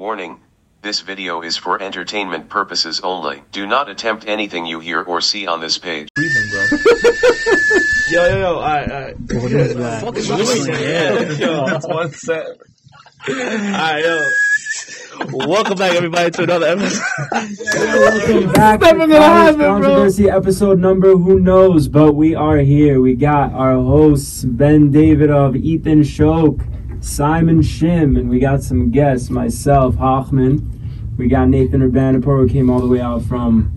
Warning. This video is for entertainment purposes only. Do not attempt anything you hear or see on this page. breathing, bro. Yo, yo, yo, alright, alright. What is that? Fuck is this? Yo, that's one set. Alright, yo. Welcome back, everybody, to another episode. Welcome back. Never to gonna College happen, bro. Controversy episode number who knows, but we are here. We got our hosts Ben David of Ethan Shoke, Simon Shim, and we got some guests. Myself, Hoffman. We got Nathan Urbanipour who came all the way out from.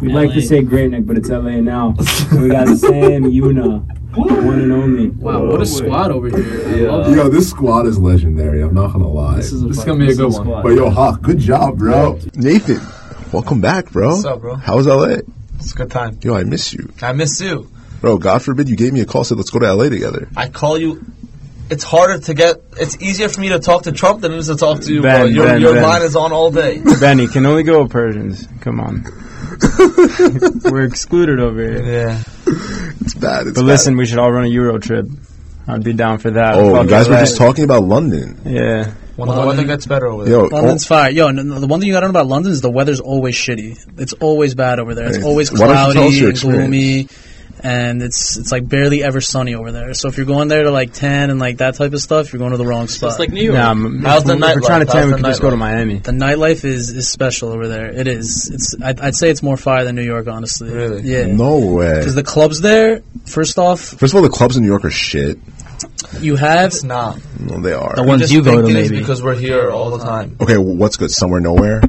We'd like LA. to say Great Neck, but it's LA now. we got Sam Yuna, the one and only. Wow, what a squad over here. I Yeah. love it. Yo, this squad is legendary. I'm not gonna lie. This is, a This is fucking- gonna be a good is one. squad. but yo, Hawk, good job, bro. Nathan, welcome back, bro. What's up, bro? How was LA? It's a good time. Yo, I miss you. I miss you. Bro, God forbid you gave me a call, said let's go to LA together. I call you. It's harder to get. It's easier for me to talk to Trump than it is to talk to you. Ben, bro. Your, Ben, your Ben. line is on all day. Benny can only go with Persians. Come on. We're excluded over here. Yeah. It's bad. It's But bad. listen, we should all run a Euro trip. I'd be down for that. Oh, Fuck you guys were LA. just talking about London. Yeah. When the weather gets better over there. Yo, oh, London's fire. Yo, no, no, the one thing you gotta know about London is the weather's always shitty. It's always bad over there. It's Hey, always why don't you tell us cloudy your and gloomy. And it's it's like barely ever sunny over there. So if you're going there to like tan and like that type of stuff, you're going to the wrong spot. New Nah, m- How's if the we- if we're nightlife? trying to How's tan, we the could just go to nightlife? Miami. the nightlife is, is special over there. It is. It's I'd, I'd say it's more fire than New York, honestly. Really? Yeah. oh, no way. Because the clubs there, first off, First of all, the clubs in New York are shit. you have It's not. No, they are. The We ones just you go think to, it is maybe. because we're here all the time. Okay, what's good? Somewhere nowhere.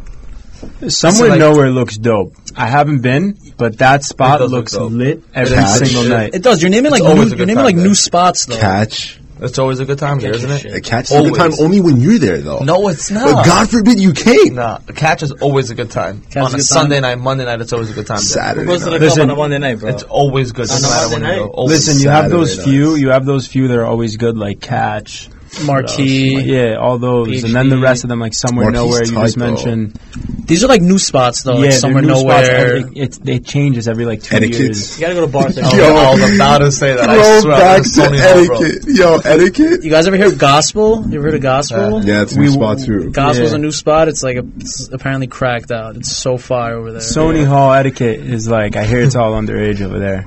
Somewhere like- nowhere looks dope. I haven't been, but that spot does look looks dope. lit every does look single shit. night. It does. You're naming It's like always new, a good you're naming time like there. new spots though. Catch, It's always a good time here, isn't it? a catch is a good time Always. only when you're there, though. No, it's not. but God forbid you came. Nah, a catch is always a good time. Catch is on a a, good time. Sunday night, Monday night, it's always a good time. Saturday. night. Listen, It's always good. No matter when you go. Always. listen, you have those Saturday few. You have those few that are always good, like catch. E, Marquee. Yeah, all those, and then the PhD. rest of them, like somewhere Marquee's nowhere. You just tight, though. mentioned. These are like new spots though, like they're somewhere new spots nowhere. every- it's, it changes every like two Etiquette. years. you gotta go to bars. Oh, Yo. I was about to say that. I Throw swear. back there's to so many more, bro. etiquette. Yo, etiquette. You guys ever hear gospel? You ever heard of gospel? Uh, Yeah, it's a We- new spot too. Gospel's Yeah. a new spot. It's like a, it's apparently cracked out. It's so far over there. Sony Hall etiquette is like I hear it's all underage over there.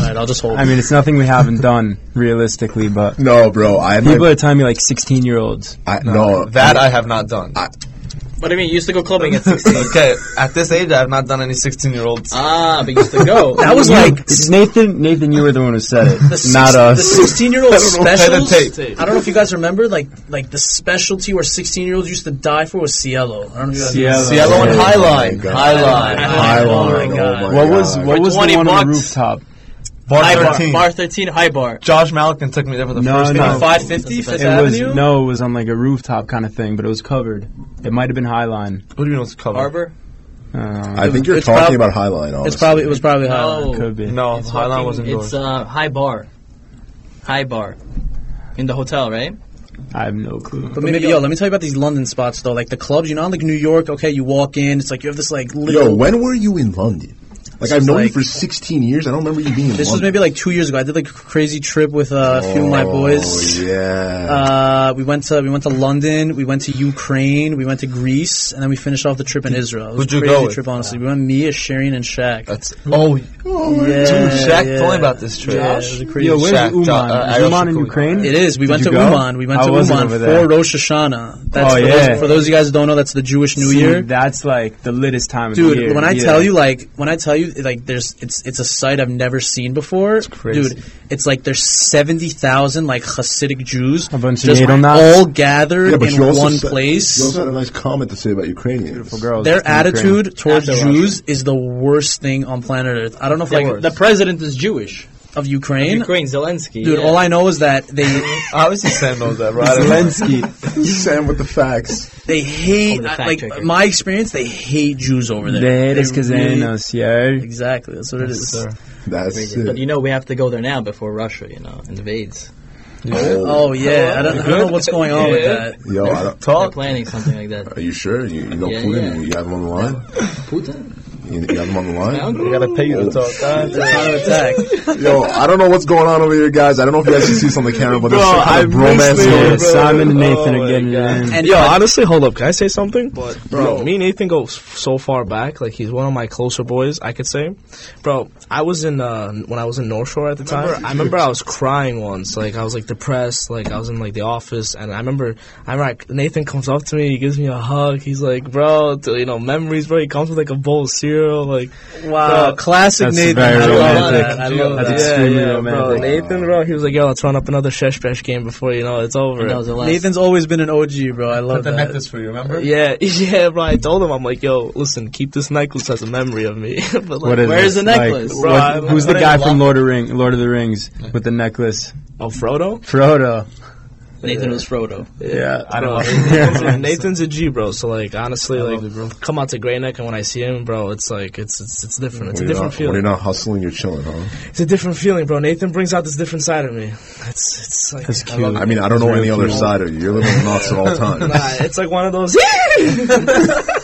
All right, I'll just hold. I mean, it's nothing we haven't done realistically, but No, bro. I had people my, are telling me like sixteen year olds. I, no, That I have not done. what do you mean? You used to go clubbing at okay, at this age, I have not done any 16 year olds. ah, but you used to go. That was You- like Nathan. Nathan, you were the one who said it, the not The us. sixteen-year-old know. specials. Play the I don't know if you guys remember, like like the specialty where sixteen-year-olds used to die for was Cielo. I don't know. If you guys Cielo. See, I Oh went my Highline. God. Highline. High line. Oh my Oh my God. God. Oh my What was God. what was the 20 one on the bucks. rooftop? Bar High bar. 13. Bar 13, high bar. Josh Malkin took me there for the No, first no. time. 550, Fifth It was Avenue? no, it was on like a rooftop kind of thing, but it was covered. It might have been Highline. What do you mean it was covered? Harbor? Uh, I think you're It's talking prob- about Highline. Honestly. It's probably it was probably high. Line. No. could be. No, It's Highline fucking- wasn't It's going. uh, high bar. High bar. In the hotel, right? I have no clue. But maybe, yo, let me tell you about these London spots though. Like the clubs, you know, like New York. Okay, you walk in, it's like you have this like Yo, little. when were you in London? Like This I've was known like- you for 16 years. I don't remember you being in this was London. maybe like two years ago. I did like a crazy trip with uh, a few of my boys. Oh yeah. Uh, we went to we went to London. We went to Ukraine. We went to Greece, and then we finished off the trip in Israel. It was Who'd you a crazy go with? trip, honestly. We went me, Shireen, and Shaq. That's, oh, oh, yeah, dude, Shaq yeah. told me about this trip. Yeah, it was a crazy Yo, where's Shaq, Uman? uh, Is Ariel Uman in Shakur. Ukraine? It is. We Did went you to go? Uman. We went I to wasn't Uman over there. for Rosh Hashanah. That's Oh, for, yeah. those, for those of you guys who don't know, that's the Jewish New See, Year. That's like the littest time of Dude, the year. when I yeah. tell you, like, when I tell you, like, there's, it's, it's a site I've never seen before. crazy. Dude, it's like there's seventy thousand like Hasidic Jews, A bunch of just Yadonauts. all gathered yeah, but in you also one said- You place. also had a nice comment to say about Ukrainians. beautiful girls, Their it's in Ukraine. attitude towards After Jews is the worst thing on planet Earth. I don't know if Like, like the president is Jewish. of Ukraine. Ukraine, Zelensky. Dude, yeah. all I know is that they Obviously, Sam knows that, right? Zelensky. Sam with the facts. they hate Over the fact like checker. my experience. They hate Jews over there. They hate us because they really- ain't us, yo. Exactly, that's what it is. That's But you it. know, we have to go there now before Russia, you know, invades. Oh yeah, I don't, I don't know what's going on with that. Yo, I don't, They're Talk. planning something like that. are you sure? You, you know oh, Yeah, Putin? yeah. You have him on the line? Putin? You, you have him on the line? They gotta pay you to talk. God damn. Counter attack. Yo, I don't know what's going on over here, guys. I don't know if you guys can see this on the camera, but there's Bro, some kind of I missed bromance it. going bro. on. Simon and Nathan Oh, are getting it my in. And Yo, but- honestly, hold up. Can I say something? But Bro, me and Nathan go so far back. Like he's one of my closer boys, I could say. Bro, I was in uh when I was in North Shore at the time. I remember I was crying once. Like I was like depressed. Like I was in like the office, and I remember I remember like, Nathan comes up to me. He gives me a hug. He's like, bro, t- you know memories, bro. He comes with like a bowl of cereal. Like Wow, Bro, classic that's Nathan. very I love romantic. that. I love That's that. extremely bro. romantic. Nathan, bro, he was like, yo, let's run up another Shesh Bash game before you know it's over. that was the last. Nathan's always been an OG, bro. I love Put the that. necklace for you, remember? Yeah, yeah, bro. I told him, I'm like, yo, listen, keep this necklace as a memory of me. but like, What is Where's it? the necklace? Like, Bro, what- I- who's the what guy is it? from Lord of Ring, Lord of the Rings with the necklace? oh, Frodo? Frodo. Nathan was Frodo. Yeah, I don't Yeah. know. Nathan's a G, bro. So like, honestly, like, come out to Grey Neck, and when I see him, bro, it's like, it's it's it's different. It's When a you're different not- When you're feeling. not hustling, you're chilling, huh? It's a different feeling, bro. Nathan brings out this different side of me. It's it's like That's I love cute. I mean, I don't know any other side of you. You're living with knots at all it. times. Nah, it's like one of those.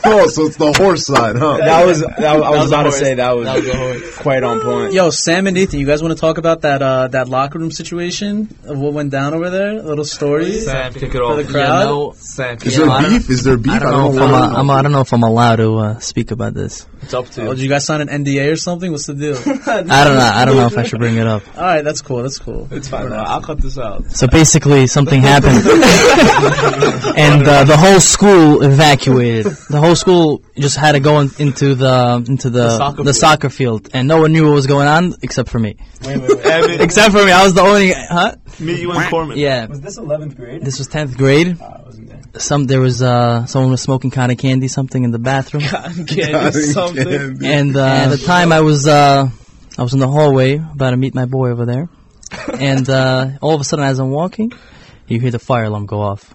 Oh, so it's the horse side, huh? That was. That, I was, was about to horse. say that was, That was the whole. quite on point. Yo, Sam and Nathan, you guys want to talk about that uh, that locker room situation of what went down over there? Little stories. Sam, kick it off. the crowd? Yeah, no, Sam, kick Is it off. I there don't- beef? Is there beef? I don't know if I'm, what- uh, I'm, I don't know if I'm allowed to uh, speak about this. it's up to Oh, did you guys sign an NDA or something? What's the deal? I don't know. I don't know if I should bring it up. All right, that's cool. That's cool. It's fine. Bro. I'll cut this out. So basically, something happened, and uh, the whole school evacuated. The whole school just had to go in, into the into the the, soccer soccer, field. field, and no one knew what was going on except for me. Evan, Except for me, I was the only. Huh? meet you in Corman. Yeah. Was this 11th grade? This was tenth grade. Ah, I wasn't there. Some there was uh someone was smoking cotton candy something in the bathroom. something. And uh, at the time, I was uh, I was in the hallway about to meet my boy over there, and uh, all of a sudden, as I'm walking, you hear the fire alarm go off.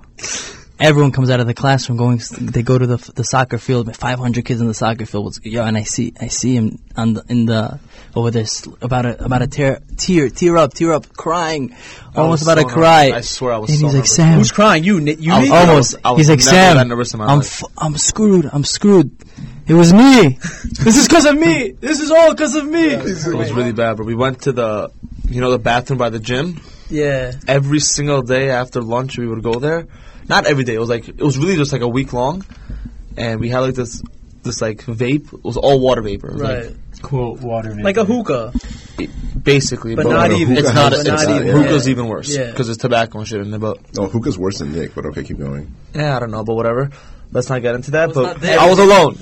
Everyone comes out of the classroom, going. They go to the, the soccer field. 500 kids in the soccer field. What's- Yo, and I see I see him on the, in the over there sl- about a about a tear tear tear up tear up crying, almost about to cry. I swear I was. and so he's like nervous. Sam, Who's crying? You, Ni- you, I'm Nathan? almost. I was He's like never Sam. that nervous in my I'm life." f- I'm screwed. I'm screwed. It was me. this is because of me. This is all because of me. It was really bad, but we went to the, you know, the bathroom by the gym. Yeah. Every single day after lunch, we would go there. Not every day. It was like it was really just like a week long, and we had like this, this like vape. It was all water vapor, It was, Right. Quote water. Like a hookah. like, basically. But not even. It's not. But It's not not even. hookah's Yeah. even worse Yeah. because it's tobacco and shit in it. But No, hookah's Oh, worse than Nick, but okay, keep going. yeah, Eh, I don't know. But whatever. Let's not get into that. not But there. I was alone.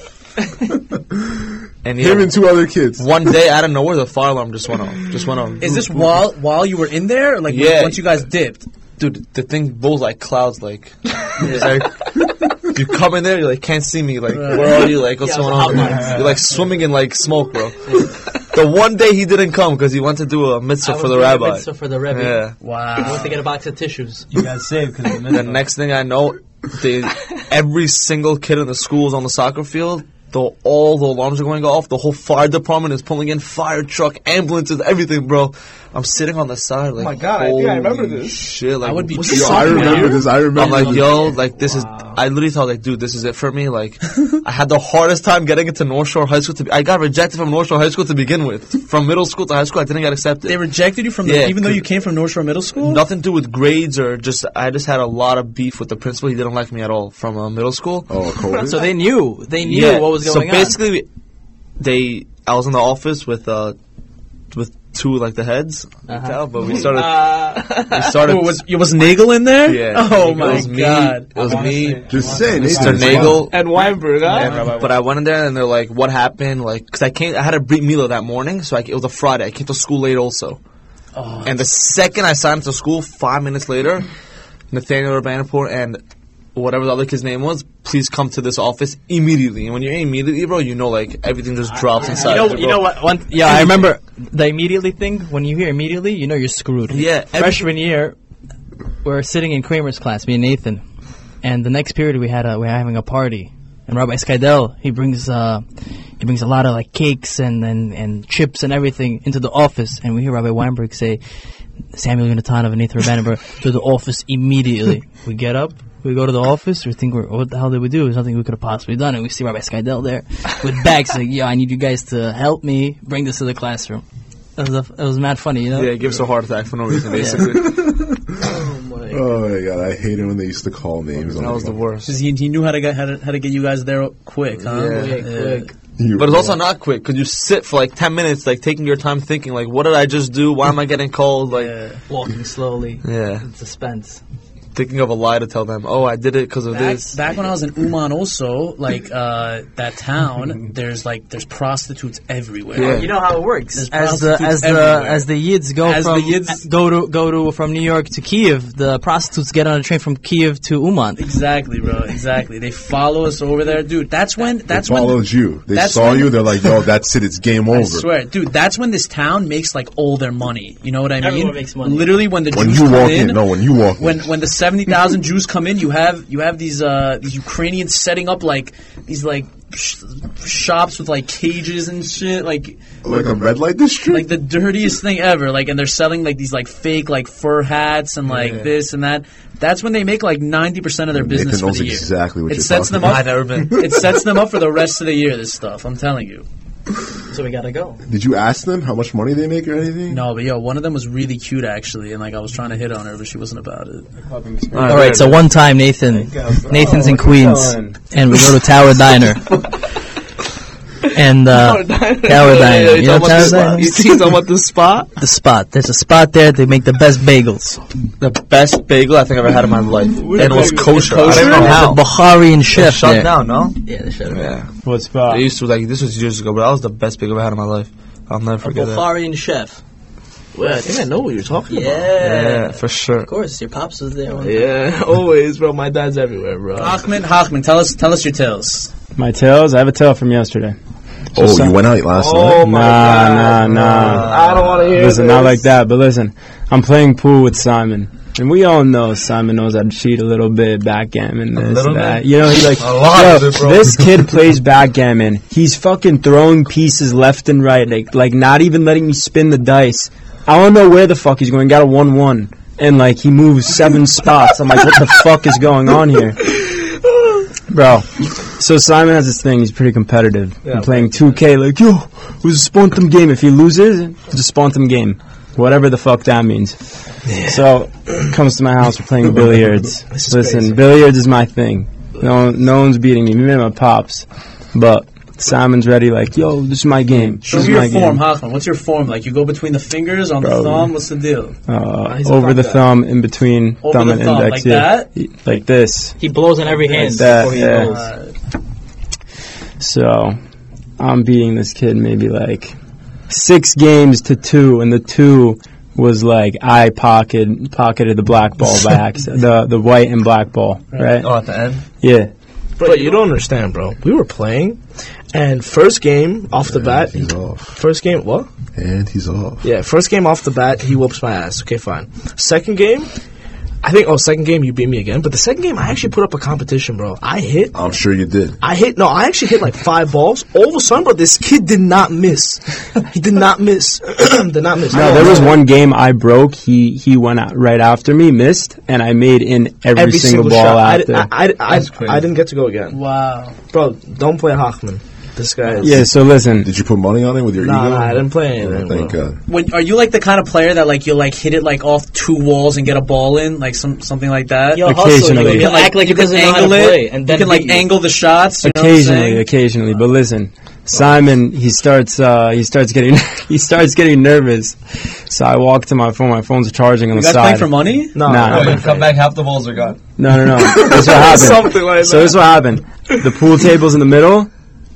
and yeah, Him and two other kids. one day out of nowhere, the fire alarm just went off. Just went off. Is this while while you were in there? Or like Yeah. once you guys dipped? dude, the thing blows like clouds. Like, It's like, you come in there, you like can't see me. Like, where are you? Like, what's going on? You're like swimming in like smoke, bro. the one day he didn't come because he went to do a mitzvah for the rabbi. for the rabbi. Yeah. I went Wow. to get a box of tissues. you got saved because The next thing I know, they, every single kid in the school is on the soccer field. The, all the alarms are going off. The whole fire department is pulling in fire truck, ambulances, everything, bro. I'm sitting on the side, like, oh my god, I think I remember this. Shit, like, I would be what's too- Yo, I remember this. I remember. I'm like, this. yo, like this is. I literally thought, like, dude, this is it for me. Like, I had the hardest time getting into North Shore High School. To be, I got rejected from North Shore High School to begin with. From middle school to high school, I didn't get accepted. They rejected you from the, Yeah, even though cause- you came from North Shore Middle School. Nothing to do with grades or just. I just had a lot of beef with the principal. He didn't like me at all from uh, middle school. Oh, COVID. So they knew. They knew what was going so basically, we, they. I was in the office with uh, with two like the heads. I can tell, but we started. we started. Uh, Oh, was was Nagel in there? yeah. Oh it my was me, god. It was me. Just say, Mr. Nathan, Nagel, And Weinberg, huh? And- Um, but I went in there and they're like, "What happened?" Like, because I came, I had a brief meal that morning, so I, it was a Friday. I came to school late also. Oh. and the second I signed up to school, five minutes later, Nathaniel Urbanapur and whatever the other kid's name was, please come to this office immediately. And when you're immediately, bro, you know like everything just drops inside. You know, bro. you know what? One, yeah, I remember the immediately thing. When you hear immediately, you know you're screwed. Yeah, every- Freshman year, we're sitting in Kramer's class, me and Nathan, and the next period we had a, we were having a party, and Rabbi Skidell he brings uh he brings a lot of like cakes and and, and chips and everything into the office, and we hear Rabbi Weinberg say, Samuel Unitanov and Nathan Rabbanenberg to the office immediately. we get up. we We go to the office. We think, we're, what the hell did we do? There's nothing we could have possibly done. And we see Rabbi Skydell there with bags. like, yo, I need you guys to help me bring this to the classroom. That was, a, that was mad funny, you know? Yeah, it gives a heart attack for no reason, basically. Oh my god, I hated when they used to call names. That was the worst. Because he, he knew how to get how to, how to get you guys there quick, huh? Yeah. Yeah. But it's also not quick because you sit for like 10 minutes, like taking your time thinking, like, what did I just do? Why am I getting called? Like, yeah. Walking slowly in suspense. Thinking of a lie to tell them, oh, I did it because of Back, this. back when I was in Uman, also like uh, that town, there's like there's prostitutes everywhere. Yeah. You know how it works. There's As the prostitutes as the everywhere. as the Yids go As from the Yids- go to go to from New York to Kiev, the prostitutes get on a train from Kiev to Uman. Exactly, bro. Exactly. They follow us over there, dude. That's when. That's they when. followed you. They that's saw when- you. They're like, "Yo, that's it. It's game over." I swear, dude. That's when this town makes like all their money. You know what I mean? Everyone makes money. Literally, when the when Jews you come walk in, in, no, when you walk when in, when the seventy thousand Jews come in, you have you have these uh, these Ukrainians setting up like these like sh- shops with like cages and shit, like like a red light district. like the dirtiest thing ever. Like, and they're selling like these like fake like fur hats and like this and that. That's when they make like ninety percent of their Nathan business for knows the year. exactly what it you're sets talking them up. It sets them up for the rest of the year. This stuff, I'm telling you. So we gotta go. Did you ask them how much money they make or anything? No, but yo, one of them was really cute actually, and like I was trying to hit on her, but she wasn't about it. All right, so one time Nathan, Nathan's in Queens, and we go to Tower Diner. And uh, Tower Diner, you know Tower Diner, You see them at the spot? the spot. There's a spot there. They make the best bagels. The best bagel I think I've ever had in my life. and it was kosher. I don't know There's how. a Baharian chef Shut there. down, no? Yeah, they shut down. Yeah. What spot? I used to, like, this was years ago, but that was the best bagel I had in my life. I'll never A forget that. Baharian chef. Wait, I think I know what you're talking Yeah. Yeah, for sure. Of course, your pops was there. about. Yeah, always, bro. My dad's everywhere, bro. Ah, Hochman, Hochman, tell us tell us your tales. My tails? I have a tail from yesterday. Oh, you went out last night. nah, nah, nah. Oh I don't want to hear this. Listen, not like that. But listen, I'm playing pool with Simon, and we all know Simon knows how to cheat a little bit backgammon. This, little that. You know, he's like, A lot "Yo, of it, bro." this kid plays backgammon. He's fucking throwing pieces left and right, like like not even letting me spin the dice. I don't know where the fuck he's going. Got a one-one, and like he moves seven spots. I'm like, what the fuck is going on here? Bro, so Simon has this thing. He's pretty competitive. I'm playing 2K, like yo, it was a spontum game. If he loses, it's a spontum game, whatever the fuck that means. So comes to my house, we're playing billiards. Listen, billiards is my thing. No, no one's beating me. Me and my pops, but Simon's ready. Like yo, this is my game. This Show is me your my form, game. Hochman. What's your form like? You go between the fingers on the Bro. thumb. What's the deal? Uh, he's a over thumb the guy. thumb, in between Over thumb the and thumb, index. like yeah, that? He- like this. He blows on every hand. Like that, yeah. Uh, So I'm beating this kid maybe like six games to two, and the two was like I pocket pocketed the black ball by accident, the the white and black ball, right? Oh, at the end? Yeah, Bro, you don't understand, bro. We were playing, and first game off the bat, He's off, first game, what? and he's off. Yeah, first game off the bat, he whoops my ass. Okay, fine. Second game, I think. Oh, second game, you beat me again. But the second game, I actually put up a competition, bro. I hit I'm sure you did. I hit no, I actually hit like five balls. All of a sudden, bro, this kid did not miss. He did not miss. did not miss. no, there was one game I broke. He he went out right after me, missed, and I made in every, every single, ball shot. I, after. I, I, I, I didn't get to go again, wow. bro. Don't play Hochman. This guy is. yeah, so listen, Did you put money on it with your Nah, ego? nah, I didn't play Oh, anything. thank bro. God. When are you like the kind of player that like you like hit it like off two walls and get a ball in, like some something like that? Yo, hustle. Occasionally. You You Yeah, can can, like, act like you he can doesn't know how to angle it, play, and then you can like beat you. angle the shots. You know what I'm occasionally, saying? occasionally. But listen, Simon, he starts, uh, he starts getting, he starts getting nervous. So I walk to my phone. My phone's charging on You the guys side. playing for money? No, Nah, no, nah. man. come back, half the balls are gone. No, no, no. That's what happened. so this is what happened. The pool table's in the middle.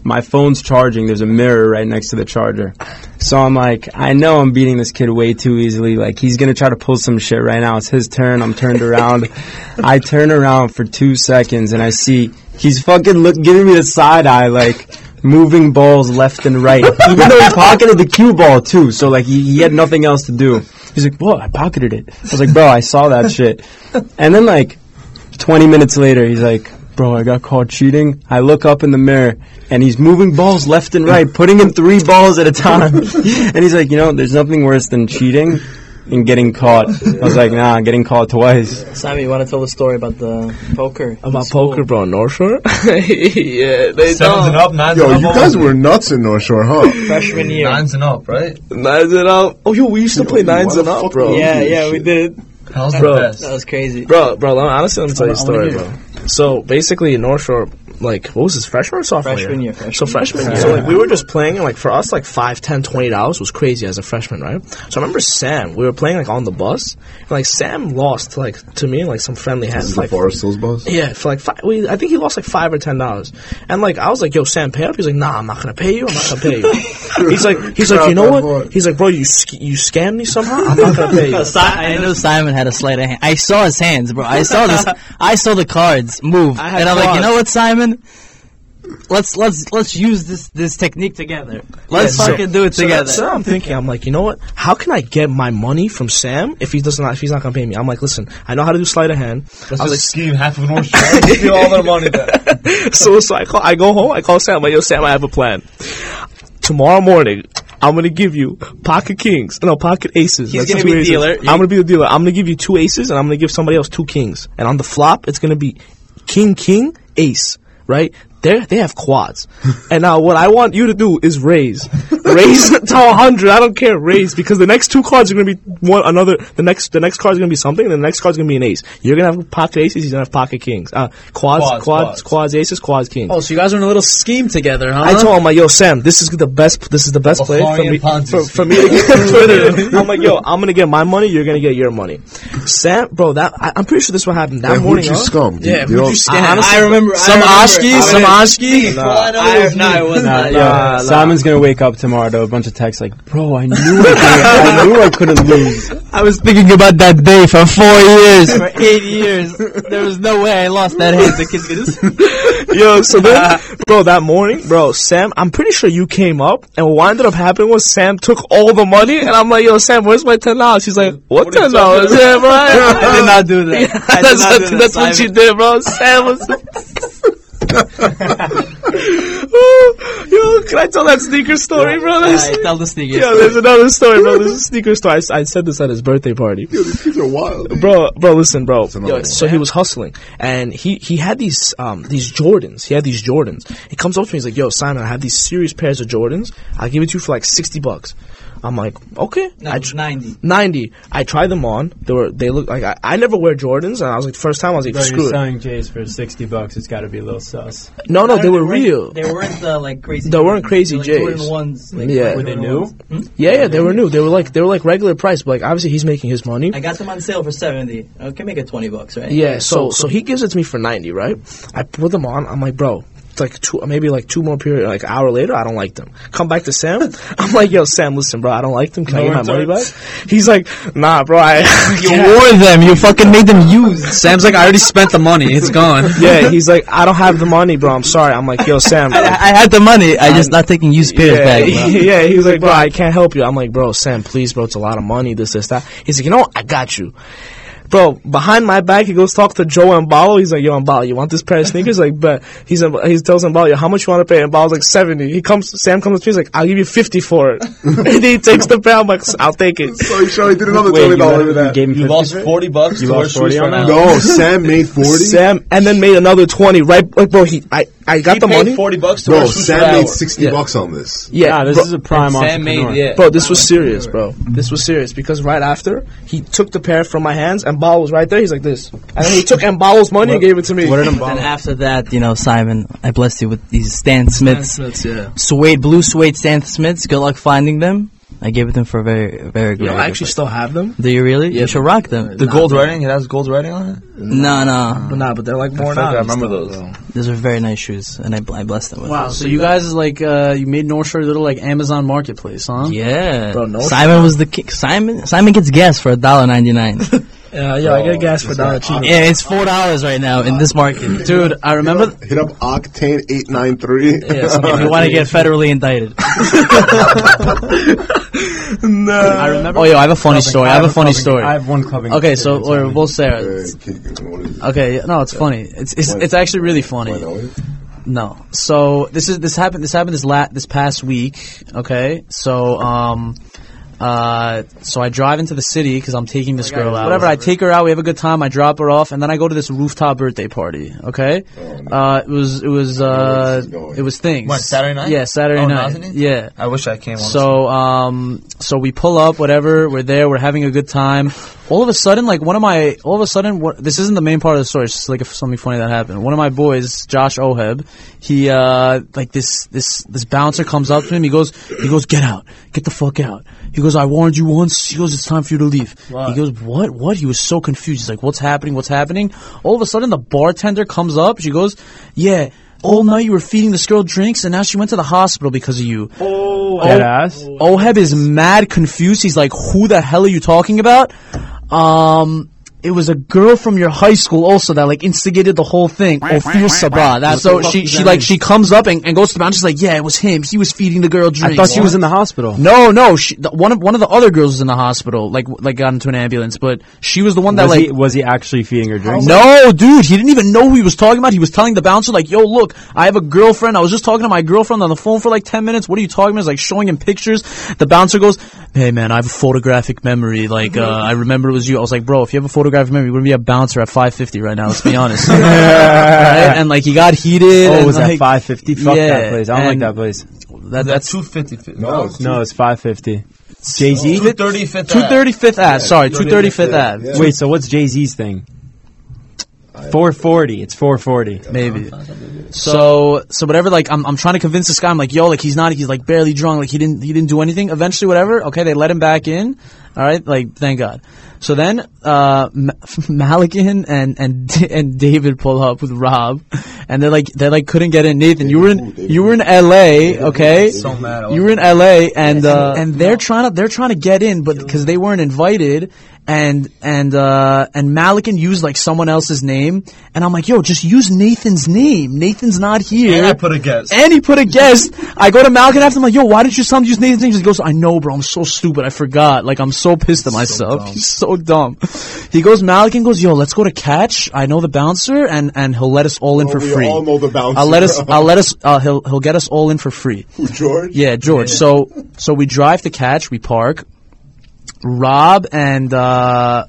My phone's charging. There's a mirror right next to the charger. So I'm like, I know I'm beating this kid way too easily. Like he's gonna try to pull some shit right now. It's his turn. I'm turned around. I turn around for two seconds and I see he's fucking look giving me the side eye like moving balls left and right. Even though he pocketed the cue ball too, so like he, he had nothing else to do. He's like, "Whoa, I pocketed it." I was like, "Bro, I saw that shit." And then like 20 minutes later, he's like, Bro, I got caught cheating. I look up in the mirror and he's moving balls left and right, putting in three balls at a time. and he's like, You know, there's nothing worse than cheating and getting caught. I was like, nah, getting caught twice. Simon, you want to tell the story about the poker? About poker, bro, North Shore? yeah, they Sevens and don't. up, nines Yo, and you up. guys were nuts in North Shore, huh? Freshman year. Nines and up, right? Nines and up. Oh, yo, we used to play nines and up, bro. Yeah, yeah, we did. That was Bro. the best. That was crazy. Oh. Bro, bro, let me, honestly, let me tell you a I wanna story, bro. So basically, in North Shore, like, what was this, freshman or sophomore Freshman year, So freshman freshman year. So like, we were just playing, and like, for us, like, five, ten, twenty dollars was crazy as a freshman, right? So I remember Sam, we were playing, like, on the bus, and like, Sam lost, like, to me, like, some friendly hands, like, Barstool's boss. Yeah, for like five. We, I think he lost like five or ten dollars, and like I was like, "Yo, Sam, pay up." He's like, "Nah, I'm not gonna pay you. I'm not gonna pay you." he's like, "He's like, you know what?" He's like, "Bro, you sc- you scammed me somehow. I'm not gonna pay you." Si- I know Simon had a sleight of hand. I saw his hands, bro. I saw this. I saw the cards move, I had and I'm like, you cards. know what, Simon? Let's let's let's use this this technique together. Let's Yeah, so- fucking do it So together. that's uh, what I'm thinking. I'm like, you know what? How can I get my money from Sam if he does not if he's not gonna pay me? I'm like, listen, I know how to do sleight of hand. That's I was like like, scheme half of North Shore. Steal all their money back. so so I call I go home, I call Sam, I'm like, yo Sam, I have a plan. Tomorrow morning, I'm gonna give you pocket kings, no pocket aces. He's That's gonna just be weird. dealer. I'm gonna be the dealer. I'm gonna give you two aces, and I'm gonna give somebody else two kings. And on the flop, it's gonna be king, king, ace. Right? They they have quads. and now what I want you to do is raise, raise to hundred. I don't care, raise because the next two cards are gonna be one another. The next the next card's gonna be something, and the next card's gonna be an ace. You're gonna have pocket aces. He's gonna have pocket kings. Uh, Quads, quads, quads, quads. quads, aces, quads, kings. Oh, so you guys are in a little scheme together, huh? I Uh-huh. told him like, yo, Sam, this is the best. This is the best play for Baharian me. Ponzi For, for me to get further. I'm like, yo, I'm gonna get my money. You're gonna get your money. Sam, bro, that I, I'm pretty sure this what happened that And who'd morning. you huh? scum? Do Yeah, you, who'd don't- you scam? I honestly- remember some Oshki, some Oshki. I know it was me. Uh, Nah, yo, nah. Simon's gonna wake up tomorrow to a bunch of texts like, bro, I knew I, couldn't- I knew I couldn't lose. I was thinking about that day for four years, for eight years. There was no way I lost that hand to kids. Yo, so then, bro, that morning, bro, Sam, I'm pretty sure you came up, and what ended up happening was Sam took all the money, and I'm like, yo, Sam, where's my ten dollars? She's like, what, ten dollars? Yeah, bro. I did not do that. I did that's not do that, that's what you Simon. did, bro. Sam was. Yo, can I tell that sneaker story, bro? That's- Alright, tell the sneakers. yeah, there's another story, bro. There's a sneaker story. I, s- I said this at his birthday party These are wild. bro, bro, listen, bro. another one. so he was hustling, and he he had these um these Jordans. He had these Jordans. He comes up to me, he's like, "Yo, Simon, I have these serious pairs of Jordans. I'll give it to you for like sixty bucks." I'm like, "Okay." No, I it's 90. 90. I tried them on. They were they look like I, I never wear Jordans, and I was like, first time I was like, screw it. selling J's for 60 bucks. It's got to be a little sus. No, no, they were weren't- real. They weren't uh, like crazy. They weren't crazy They were, like, J's. Jordan ones. Like, Yeah. Were they new? Yeah, yeah, they were new. They were like they were like regular price, but like obviously he's making his money. I got them on sale for seventy. I can make it twenty bucks, right? Yeah, so so he gives it to me for ninety, right? I put them on. I'm like, bro, it's like two, maybe like two more period, like hour later, I don't like them. Come back to Sam. I'm like, yo, Sam, listen, bro, I don't like them. Can I get my money back? He's like, nah, bro, I. You wore them. You fucking made them use. Sam's like, I already spent the money. It's gone. yeah, he's like, I don't have the money, bro. I'm sorry. I'm like, yo, Sam. I, I had the money. I just not taking used pairs yeah, back. bro. yeah, he's like, bro, I can't help you. I'm like, bro, Sam, please, bro, it's a lot of money, this, this, that. He's like, you know what? I got you. Bro, behind my back, he goes talk to Joe Embalo. He's like, yo, Embalo, you want this pair of sneakers? like, but he's he tells Embalo, yo, how much you want to pay? Embalo's like, 70. He comes, Sam comes to me, he's like, I'll give you 50 for it. and he takes the pair, I'm like, I'll take it. So he showed he did another Wait, twenty you, dollars with let- you that. gave me You 50? lost 40 bucks You to wear lost 40 shoes for on an that? hour. No, Sam made forty. Sam, and then made another 20, right? Like, bro, he, I, I got He the paid money. 40 bucks to Bro, wear shoes for an Sam hour. made sixty Yeah. bucks on this. yeah, Nah, this bro- is a prime Sam entrepreneur. made, yeah. Bro, this was serious, bro. This was serious because right after he took the pair from my hands, and Ball was right there. He's like this, and then he took Mbalo's money and gave it to me. What did And after that, you know, Simon, I blessed you with these Stan Smiths, yeah. suede blue suede Stan Smiths. Good luck finding them. I gave it them for a very, very good. Yo, I actually still have them, Do you really? you should rock them. The gold writing? It has gold writing on it? No, no, but nah, but they're like I more think I now. remember those. those are very nice shoes, and I, bl- I blessed them with. Wow. So you guys is like uh, you made North Shore a little like Amazon marketplace, huh? them. Yeah, Bro, no Simon was the ki- Simon. Simon gets gas for a dollar ninety nine. yeah, Yeah, yo, I get gas for dollar cheap. it's four dollars right now in this market. Dude, I remember. Hit up Octane eight nine three. if you want to get federally indicted. I remember. Oh, yo, I have a funny story. I have a funny story. I have one clubbing. Okay, so or we'll say it. Okay. Okay, yeah, no, it's funny. It's it's, it's actually really funny. No. So this is this happened this happened this la- this past week. Okay. So um, Uh, so I drive into the city because I'm taking this girl out. whatever. Whatever, I take her out. We have a good time. I drop her off, and then I go to this rooftop birthday party. Okay, uh, it was it was uh, it was things. What, Saturday night? Yeah, Saturday Oh, night. Nazanin? Yeah. I wish I came. on So um, so we pull up, whatever. We're there. We're having a good time. All of a sudden, like one of my, all of a sudden, what, this isn't the main part of the story. It's just like if something funny that happened. One of my boys, Josh Oheb, he uh, like this this this bouncer comes up to him. He goes, he goes, get out, get the fuck out. He goes, I warned you once. He goes, it's time for you to leave. He goes, what, what? He was so confused. He's like, what's happening? What's happening? All of a sudden, the bartender comes up. She goes, yeah. All night you were feeding this girl drinks, and now she went to the hospital because of you. Oh, Oheb is mad confused. He's like, "Who the hell are you talking about?" Um, it was a girl from your high school also that like instigated the whole thing. Ophir Sabah. That's so What the fuck she does she that like mean? she comes up and, and goes to the bouncer. She's like, "Yeah, it was him. He was feeding the girl drinks." I thought she was in the hospital. No, no. She, the, one of one of the other girls was in the hospital. Like like got into an ambulance, but she was the one that was, like he, was he actually feeding her drinks? no, dude, he didn't even know who he was talking about. He was telling the bouncer, like, yo, look, I have a girlfriend. I was just talking to my girlfriend on the phone for like 10 minutes. What are you talking about? He's like showing him pictures. The bouncer goes, hey, man, I have a photographic memory. Like, uh, I remember it was you. I was like, bro, if you have a photographic memory, you wouldn't be a bouncer at 550 right now. Let's be honest. Right? And like, he got heated. Oh, and, it was at like, 550? Fuck yeah, that place. I don't like and that place. That, that's two fifty. No, Oh, it's, no, it's 550. Jay Z? 235th 235th ad. Sorry, 235th ad. Wait, so what's Jay Z's thing? 440. It's 440. Maybe. So so whatever like I'm, I'm trying to convince this guy I'm like yo like he's not he's like barely drunk like he didn't he didn't do anything eventually whatever okay they let him back in all right like thank God so then uh Ma- Malikan and and D- and David pull up with Rob and they're like they like couldn't get in Nathan you were in you were in L.A. okay So mad. you were in LA and uh, and they're trying to they're trying to get in, but because they weren't invited, and and uh, and Malikan used like someone else's name, and I'm like, yo, just use Nathan's name. Nathan's not here. And I put a guess. And he put a guest. I go to Malikan after. I'm like, yo, why did you sound use Nathan's name? He goes, I know, bro. I'm so stupid. I forgot. Like, I'm so pissed at myself. He's so dumb. He goes, Malikan goes, yo, let's go to catch. I know the bouncer, and and he'll let us all in for we free. all know the bouncer. I'll let us. I'll let us. Uh, he'll he'll get us all in for free. George? Yeah, George. So so we drive to catch. We park. Rob and uh,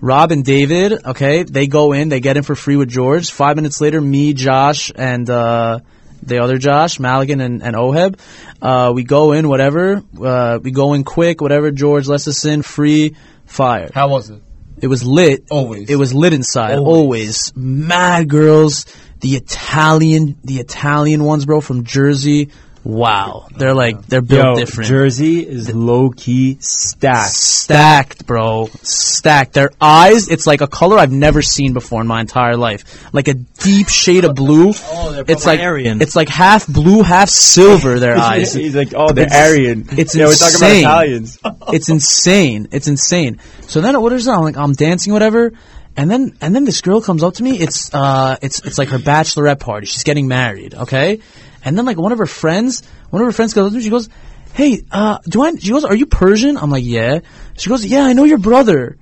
Rob and David. Okay, they go in. They get in for free with George. Five minutes later, me, Josh, and uh, the other Josh, Maligan, and, and Oheb. Uh, we go in. Whatever. Uh, we go in quick. Whatever. George lets us in. Free. Fire. How was it? It was lit. Always. It was lit inside. Always. Always. Mad girls. The Italian, the Italian ones, bro, from Jersey. Wow. They're like, they're built Yo, different. Jersey is low key stacked. Stacked, bro. Stacked. Their eyes, it's like a color I've never seen before in my entire life. Like a deep shade of blue. it's like Aryan. It's like half blue, half silver. Their eyes. He's like, oh, they're It's- Aryan. It's Yeah, we're insane. talking about Italians. it's insane. It's insane. So then what is that? I'm like I'm dancing, whatever. And then and then this girl comes up to me. It's uh it's it's like her bachelorette party. She's getting married, okay? And then like one of her friends, one of her friends goes up to me. She goes, "Hey, uh, do I?" She goes, "Are you Persian?" I'm like, "Yeah." She goes, "Yeah, I know your brother."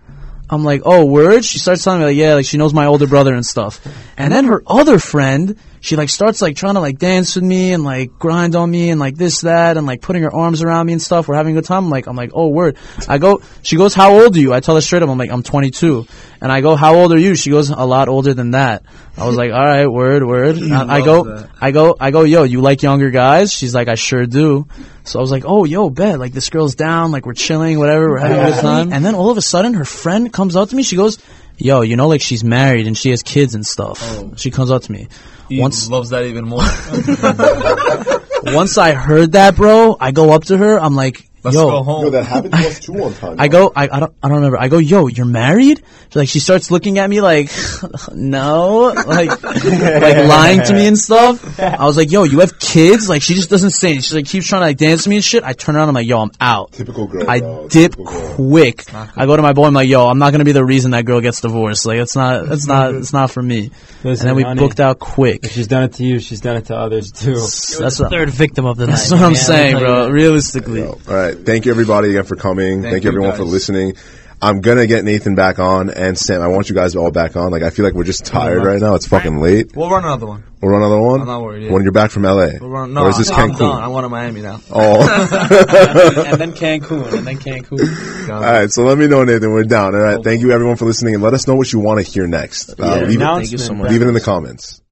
I'm like, oh, word? She starts telling me, like, yeah, like, she knows my older brother and stuff. And then her other friend, she, like, starts, like, trying to, like, dance with me and, like, grind on me and, like, this, that, and, like, putting her arms around me and stuff. We're having a good time. I'm like, I'm like, oh, word. I go, she goes, how old are you? I tell her straight up, I'm like, I'm 22. And I go, how old are you? She goes, a lot older than that. I was like, all right, word, word. I, I go, Mm, Love that. I go, I go, yo, you like younger guys? She's like, I sure do. So I was like, oh, yo, bet, like this girl's down, like we're chilling, whatever, we're having a good time. And then all of a sudden, her friend comes up to me. She goes, yo, you know, like she's married and she has kids and stuff. She comes up to me. Oh. He Once, loves that even more. once I heard that, bro, I go up to her. I'm like, Let's yo, go home. Yo, that happened to us too one time. I go, I, I don't, I don't remember. I go, yo, you're married? She's like, she starts looking at me like, no, like, like lying to me and stuff. I was like, yo, you have kids? Like, she just doesn't say. anything. She like keeps trying to like dance with me and shit. I turn around, I'm like, yo, I'm out. Typical girl. I bro. dip quick. I go to my boy, I'm like, yo, I'm not gonna be the reason that girl gets divorced. Like, it's not, it's not, it's not for me. Listen, and then we honey, booked out quick. If she's done it to you, she's done it to others too. That's what- Third victim of the That's night. what I'm Yeah, saying, I'll tell you bro. Realistically. All right. Thank you, everybody, again, for coming. Thank, you, you, everyone, guys. for listening. I'm gonna get Nathan back on and Sam. I want you guys all back on. Like I feel like we're just tired right now. It's fucking late. We'll run another one. We'll run another one. I'm not worried, yeah. When you're back from LA. We'll run, no, or is this I'm Cancun? done. I want to Miami now. Oh. and then Cancun, and then Cancun. all right, so let me know, Nathan. We're down. All right, thank you everyone for listening, and let us know what you want to hear next. Uh, Yeah, leave, it, thank you so much. leave it in the comments.